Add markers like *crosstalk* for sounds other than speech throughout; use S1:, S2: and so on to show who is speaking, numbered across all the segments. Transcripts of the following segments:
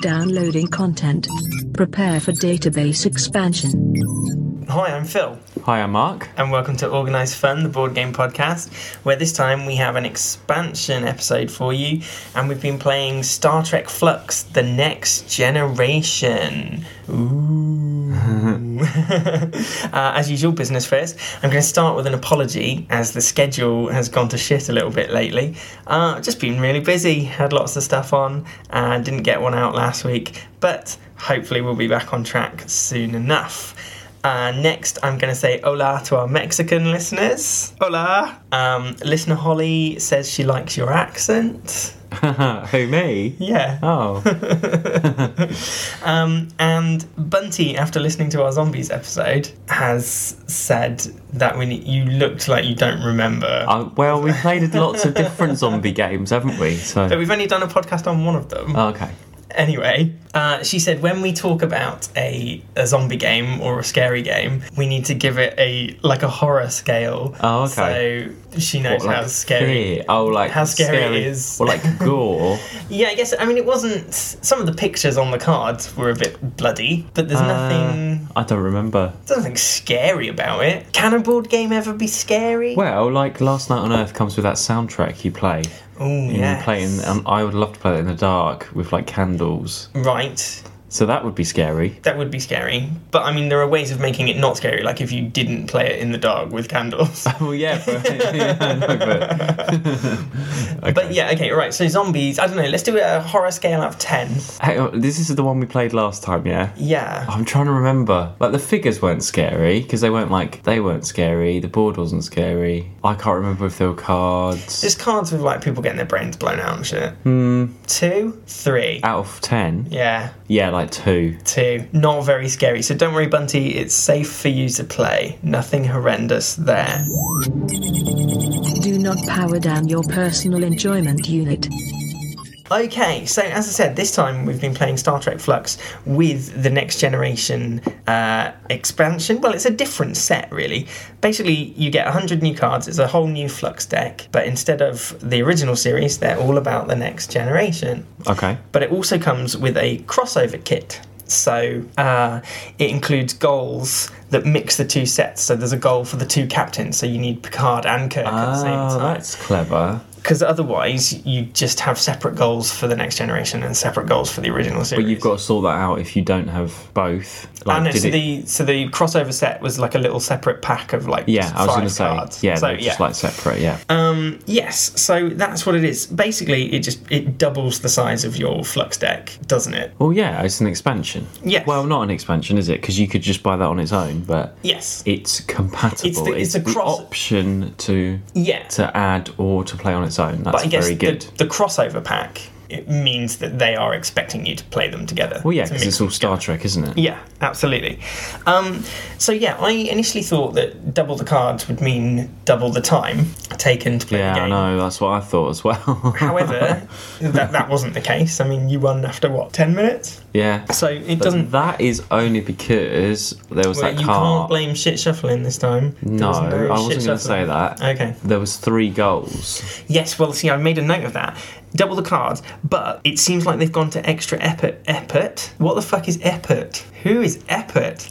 S1: Downloading content. Prepare for database expansion.
S2: Hi, I'm Phil,
S3: Hi, I'm Mark. *laughs*
S2: and welcome to Organised Fun, the board game podcast, where this time we have an expansion episode for you, and we've been playing Star Trek Flux The Next Generation. Ooh. *laughs* uh, as usual, business first. I'm going to start with an apology, as the schedule has gone to shit a little bit lately. Uh, just been really busy, had lots of stuff on, and didn't get one out last week, but hopefully we'll be back on track soon enough. Uh, next, I'm going to say hola to our Mexican listeners. Hola! Um, listener Holly says she likes your accent.
S3: Who, me?
S2: Yeah.
S3: Oh,
S2: Um, and Bunty, after listening to our zombies episode, has said that when you looked like you don't remember.
S3: uh, well, we played lots of different zombie games, haven't we?
S2: but
S3: So, oh,
S2: we've only done a podcast on one of them.
S3: okay.
S2: Anyway, uh, she said when we talk about a, a zombie game or a scary game, we need to give it a like a horror scale.
S3: Oh, okay.
S2: So she knows how scary.
S3: fear- Oh, like
S2: how scary it is.
S3: Or like gore.
S2: Yeah, I guess I mean it wasn't. Some of the pictures on the cards were a bit bloody, but there's nothing.
S3: Uh, I don't remember.
S2: There's nothing scary about it. Can a board game ever be scary?
S3: Well, like Last Night on Earth comes with that soundtrack you play.
S2: oh
S3: You
S2: yeah.
S3: play in, um, I would love to play it in the dark with like candles.
S2: right.
S3: So that would be scary.
S2: That would be scary, but I mean there are ways of making it not scary, like if you didn't play it in the dark with
S3: *laughs*
S2: candles.
S3: Well, yeah, but, yeah, I know, but- Okay.
S2: But yeah, okay, right. So zombies. I don't know. Let's do a horror scale out of ten.
S3: Hang on, uh, this is the one we played last time, yeah?
S2: Yeah.
S3: I'm trying to remember. Like the figures weren't scary because they weren't like they weren't scary. The board wasn't scary. I can't remember if there were cards.
S2: Just cards with like people getting their brains blown out and shit.
S3: Hmm.
S2: Two, three.
S3: Out of ten,
S2: Yeah,
S3: yeah, like two.
S2: two. Not very scary. So don't worry, Bunty. It's safe for you to play. Nothing horrendous there.
S1: Do not power down your personal enjoyment unit.
S2: Okay, so as I said, this time we've been playing Star Trek Flux with the Next Generation uh, expansion. Well, it's a different set, really. Basically, you get 100 new cards, it's a whole new Flux deck, but instead of the original series, they're all about the Next Generation.
S3: Okay.
S2: But it also comes with a crossover kit. So uh, it includes goals that mix the two sets. So there's a goal for the two captains, so you need Picard and Kirk at the same
S3: Ah,
S2: time
S3: that's clever.
S2: because otherwise you just have separate goals for the next generation and separate goals for the original series.
S3: But you've got to sort that out if you don't have both.
S2: I know,
S3: did
S2: so
S3: it-
S2: the so the crossover set was like a little separate pack of like
S3: yeah, I
S2: five
S3: was going to say
S2: cards.
S3: yeah,
S2: so,
S3: they're just like separate. Yeah.
S2: um, yes, so that's what it is. Basically, it just it doubles the size of your flux deck, doesn't it?
S3: well, yeah, it's an expansion.
S2: Yes.
S3: Well, not an expansion, is it? Because you could just buy that on its own, but
S2: Yes,
S3: it's compatible.
S2: It's the- it's a cross-
S3: option to
S2: yeah.
S3: to add or to play on its own. That's
S2: but I guess
S3: very good.
S2: The, the crossover pack it means that they are expecting you to play them together.
S3: Well, yeah,
S2: to
S3: because
S2: mix
S3: it's all Star Trek, isn't it?
S2: Yeah, absolutely. Um, so yeah, I initially thought that double the cards would mean double the time taken to play
S3: Yeah,
S2: the
S3: I
S2: game.
S3: know. That's what I thought as well.
S2: *laughs* However, that, that wasn't the case. I mean, you won after what ten minutes,
S3: *laughs* yeah.
S2: so it
S3: But
S2: doesn't.
S3: That is only because there was
S2: Well,
S3: that
S2: you can't
S3: card.
S2: blame shit shuffling this time. There
S3: no,
S2: was no
S3: I
S2: shit
S3: wasn't going to
S2: shuffling.
S3: say that.
S2: Okay.
S3: There was three goals.
S2: Yes, well, see, I made a note of that. Double the cards, but it seems like they've gone to extra effort. Effort? What the fuck is effort? Who is
S3: *laughs*
S2: effort?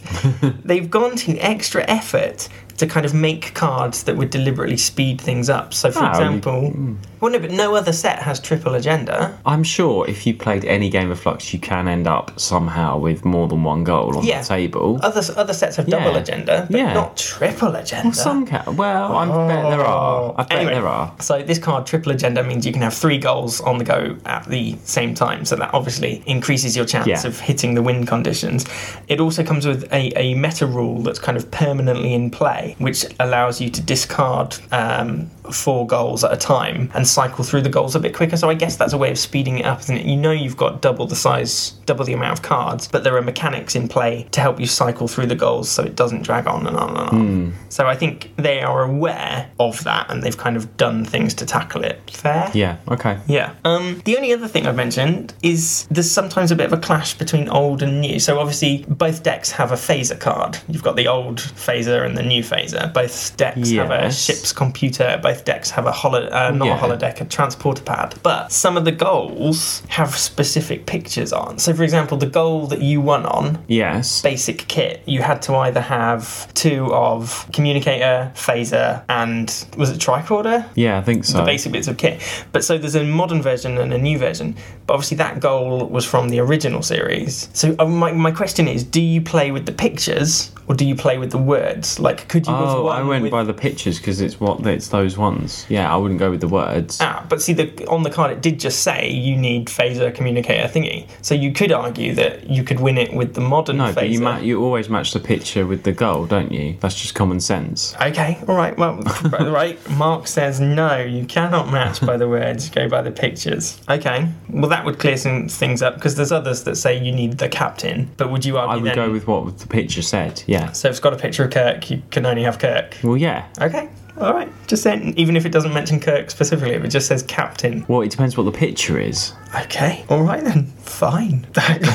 S2: they've gone to extra effort to kind of make cards that would deliberately speed things up. So, for
S3: Oh, you-
S2: example, well, no, but no other set has triple agenda.
S3: I'm sure if you played any game of Flux, you can end up somehow with more than one goal on
S2: Yeah. Uh,
S3: the table.
S2: Other other sets have double
S3: Yeah.
S2: agenda, but
S3: Yeah.
S2: not triple agenda.
S3: Some ca- well, I bet there are. I bet
S2: Oh. Anyway,
S3: there are.
S2: So this card triple agenda means you can have three goals on the go at the same time. So that obviously increases your chance
S3: Yeah.
S2: of hitting the win conditions. It also comes with a, a meta rule that's kind of permanently in play, which allows you to discard um, four goals at a time and cycle through the goals a bit quicker. So I guess that's a way of speeding it up, isn't it? You know you've got double the size, double the amount of cards, but there are mechanics in play to help you cycle through the goals so it doesn't drag on and on and on.
S3: Hmm.
S2: So I think they are aware of that and they've kind of done things to tackle it. Fair?
S3: Yeah. Okay.
S2: Yeah. Um, the only other thing I've mentioned is there's sometimes a bit of a clash between old and new. So obviously both decks have a phaser card. You've got the old phaser and the new phaser. Both decks have a
S3: Yes.
S2: ship's computer. Both both decks have a holo, uh, not
S3: Yeah.
S2: a holodeck, a transporter pad. But some of the goals have specific pictures on. So, for example, the goal that you won on
S3: Yes.
S2: basic kit, you had to either have two of communicator, phaser, and was it tricorder?
S3: Yeah, I think so.
S2: the basic bits of kit. But so there's a modern version and a new version. But obviously that goal was from the original series. So uh, my, my question is, do you play with the pictures or do you play with the words? Like, could you? have
S3: Oh,
S2: won
S3: I went
S2: with-
S3: by the pictures because it's what it's those ones. Yeah, I wouldn't go with the words.
S2: Ah, but see, the, on the card it did just say you need phaser communicator thingy. So you could argue that you could win it with the modern
S3: no,
S2: phaser.
S3: but you ma- you always match the picture with the goal, don't you? That's just common sense.
S2: Okay, all right. Well, *laughs* right. Mark says no. You cannot match by the words. Go by the pictures. Okay. Well, that would clear some things up because there's others that say you need the captain. But would you argue
S3: I would
S2: then?
S3: go with what the picture said. Yeah.
S2: so if it's got a picture of Kirk, you can only have Kirk.
S3: Well, yeah.
S2: Okay. All right. Just saying, even if it doesn't mention Kirk specifically, if it just says captain.
S3: Well, it depends what the picture is.
S2: Okay. All right then. Fine. *laughs*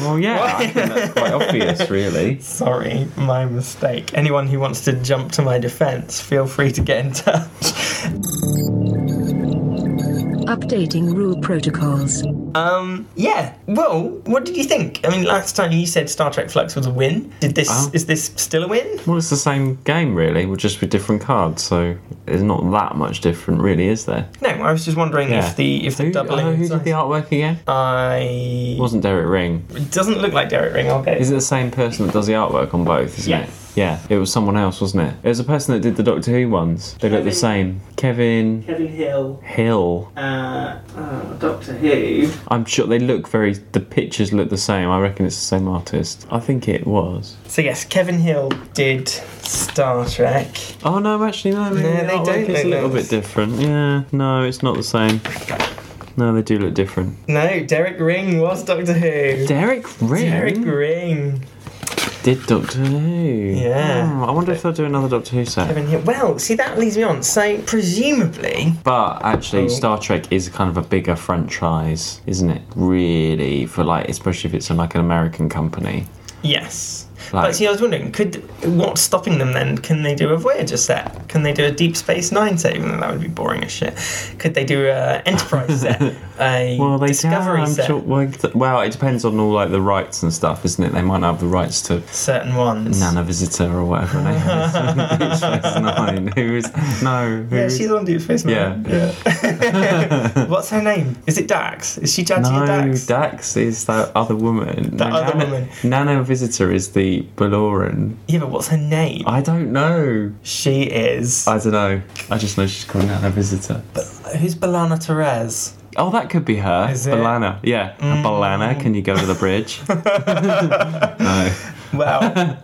S3: Well, yeah, I think that's quite obvious, really.
S2: Sorry, my mistake. Anyone who wants to jump to my defence, feel free to get in touch.
S1: Updating rule protocols.
S2: Um, yeah. Well, what did you think? I mean, last time you said Star Trek Flux was a win. Did this?
S3: Oh.
S2: Is this still a win?
S3: Well, it's the same game, really, well, just with different cards, so it's not that much different, really, is there?
S2: No, I was just wondering if the if the
S3: who,
S2: doubling.
S3: oh, who
S2: size-
S3: did the artwork again?
S2: I.
S3: It wasn't Derek Ring.
S2: It doesn't look like Derek Ring. I'll get.
S3: Is it the same person that does the artwork on both, isn't
S2: Yeah.
S3: it? Yeah, it was someone else, wasn't it? It was the person that did the Doctor Who ones. They look the
S4: Kevin-
S3: same. Kevin
S4: Kevin Hill,
S3: Hill.
S4: uh, oh, Doctor Who.
S3: I'm sure they look very. The pictures look the same. I reckon it's the same artist. I think it was.
S2: So yes, Kevin Hill did Star Trek.
S3: Oh no, actually no.
S2: No,
S3: maybe the
S2: they
S3: artwork
S2: don't
S3: is a
S2: look
S3: little
S2: nice.
S3: bit different. Yeah, no, it's not the same. No, they do look different.
S2: No, Derek Ring was Doctor Who.
S3: Derek Ring
S2: Derek Ring.
S3: did Doctor Who.
S2: Yeah.
S3: Hmm, I wonder if they'll do another Doctor Who set.
S2: Kevin Hill. Well, see that leads me on. So presumably,
S3: But actually,
S2: Oh.
S3: Star Trek is kind of a bigger franchise, isn't it? Really, for like, especially if it's in like an American company.
S2: yes.
S3: Like-
S2: but see, I was wondering, could what's stopping them then? Can they do a Voyager set? Can they do a Deep Space Nine set? Even though that would be boring as shit. Could they do a Enterprise
S3: *laughs*
S2: set? A
S3: Well, they
S2: Discovery
S3: can. I'm
S2: set?
S3: sure- well, th- well, it depends on all like the rights and stuff, isn't it? They might not have the rights to
S2: Certain ones.
S3: Nana Visitor or whatever. her name is. Deep
S2: *laughs*
S3: Space Nine. Who is no? Who
S2: Yeah,
S3: is-
S2: she's on Deep Space Nine.
S3: Yeah, *laughs*
S2: Yeah. What's her name? Is it Dax? Is she Jadzia
S3: no,
S2: Dax?
S3: Dax. is that other woman.
S2: That
S3: No,
S2: other
S3: Nana,
S2: woman.
S3: Nana Visitor is the Baloran.
S2: yeah, but what's her name?
S3: I don't know.
S2: she is.
S3: I don't know. I just know she's called Nana Visitor.
S2: Who's Balana Therese?
S3: Oh, that could be her.
S2: Is it? Mm.
S3: Balana. Yeah. Balana, can you go to
S2: *laughs*
S3: the bridge? no. *laughs*
S2: Well, *laughs*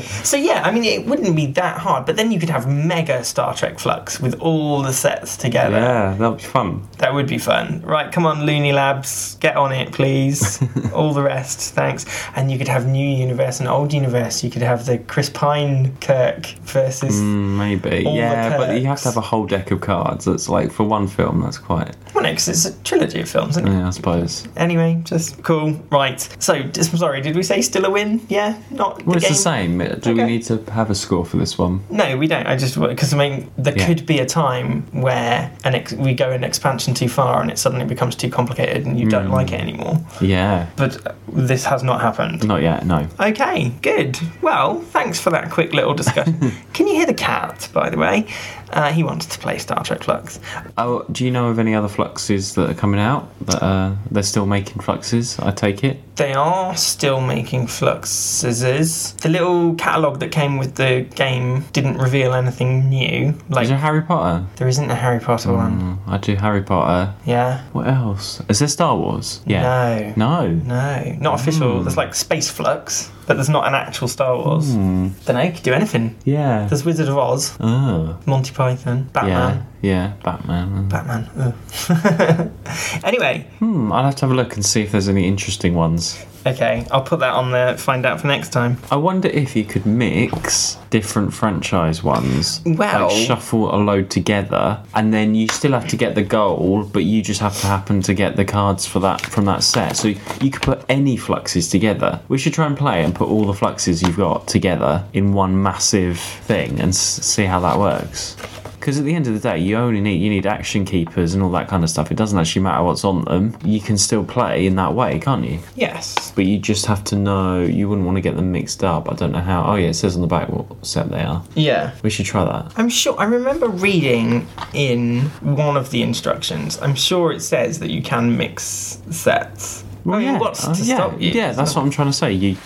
S2: so yeah, I mean, it wouldn't be that hard, but then you could have mega Star Trek flux with all the sets together.
S3: Yeah, that'll be fun.
S2: That would be fun. Right, come on, Looney Labs, get on it, please.
S3: *laughs*
S2: All the rest, thanks. And you could have New Universe and Old Universe. You could have the Chris Pine Kirk versus.
S3: Mm, Maybe.
S2: All the
S3: yeah, but you have
S2: perks.
S3: to have a whole deck of cards. That's like, for one film, that's quite.
S2: Well, no, 'cause it's a trilogy of films, isn't it?
S3: Yeah, I suppose.
S2: Anyway, just cool. Right. So, just, sorry, did we say still a win? Yeah? Not
S3: Well,
S2: the
S3: it's
S2: game?
S3: the same. Do we
S2: Okay.
S3: need to have a score for this one?
S2: No, we don't. I just because I mean there
S3: Yeah.
S2: could be a time where an ex- we go an expansion too far and it suddenly becomes too complicated and you don't
S3: Mm.
S2: like it anymore.
S3: Yeah.
S2: But uh, this has not happened.
S3: Not yet, no.
S2: Okay, good. Well, thanks for that quick little
S3: *laughs*
S2: discussion. Can you hear the cat? By the way, uh, he wants to play Star Trek Flux.
S3: Oh, do you know of any other fluxes that are coming out? That uh, they're still making fluxes. I take it.
S2: They are still making fluxes. The little catalogue that came with the game didn't reveal anything new. Like
S3: Is there Harry Potter?
S2: there isn't a Harry Potter one.
S3: Mm, I do Harry Potter.
S2: Yeah.
S3: What else? Is there Star Wars? Yeah.
S2: No.
S3: No.
S2: No, not official.
S3: Hmm.
S2: There's like Space Flux, but there's not an actual Star Wars.
S3: Hmm.
S2: Then I could do anything.
S3: Yeah.
S2: There's Wizard of Oz,
S3: Oh.
S2: Monty Python,
S3: Yeah.
S2: Batman.
S3: Yeah. Batman.
S2: Batman. ugh. *laughs* anyway,
S3: Hmm. I'll have to have a look and see if there's any interesting ones.
S2: okay, I'll put that on there. Find out for next time.
S3: I wonder if you could mix different franchise ones.
S2: Well-
S3: like shuffle a load together, and then you still have to get the goal, but you just have to happen to get the cards for that from that set. So you could put any fluxes together. We should try and play and put all the fluxes you've got together in one massive thing and s- see how that works. Because at the end of the day, you only need you need action keepers and all that kind of stuff. It doesn't actually matter what's on them. You can still play in that way, can't you?
S2: Yes.
S3: But you just have to know. You wouldn't want to get them mixed up. I don't know how. Oh yeah, it says on the back what set they are.
S2: Yeah.
S3: We should try that.
S2: I'm sure I remember reading in one of the instructions. I'm sure it says that you can mix sets. I mean, what's Oh, to
S3: uh, yeah,
S2: stop you?
S3: yeah. That's what I'm trying to say. You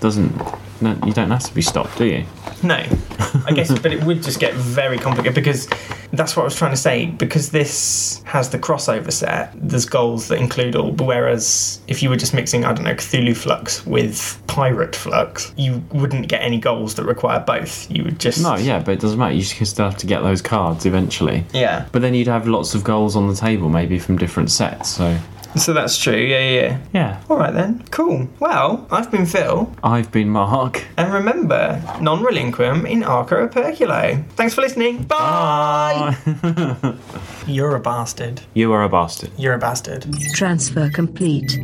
S3: doesn't. No, you don't have to be stopped, do you?
S2: No, I guess, but it would just get very complicated because that's what I was trying to say. Because this has the crossover set, there's goals that include all. But whereas if you were just mixing, I don't know, Cthulhu Flux with Pirate Flux, you wouldn't get any goals that require both. You would just
S3: No, yeah, but it doesn't matter. You just still have to get those cards eventually.
S2: yeah.
S3: But then you'd have lots of goals on the table, maybe from different sets. So
S2: So that's true. Yeah, yeah. yeah.
S3: yeah,
S2: All right then. Cool. Well, I've been Phil.
S3: I've been Mark.
S2: And remember, non relinquum in Arca Operculo. Thanks for listening. Bye! Ah, You're a bastard.
S3: You are a bastard.
S2: You're a bastard.
S1: Transfer complete.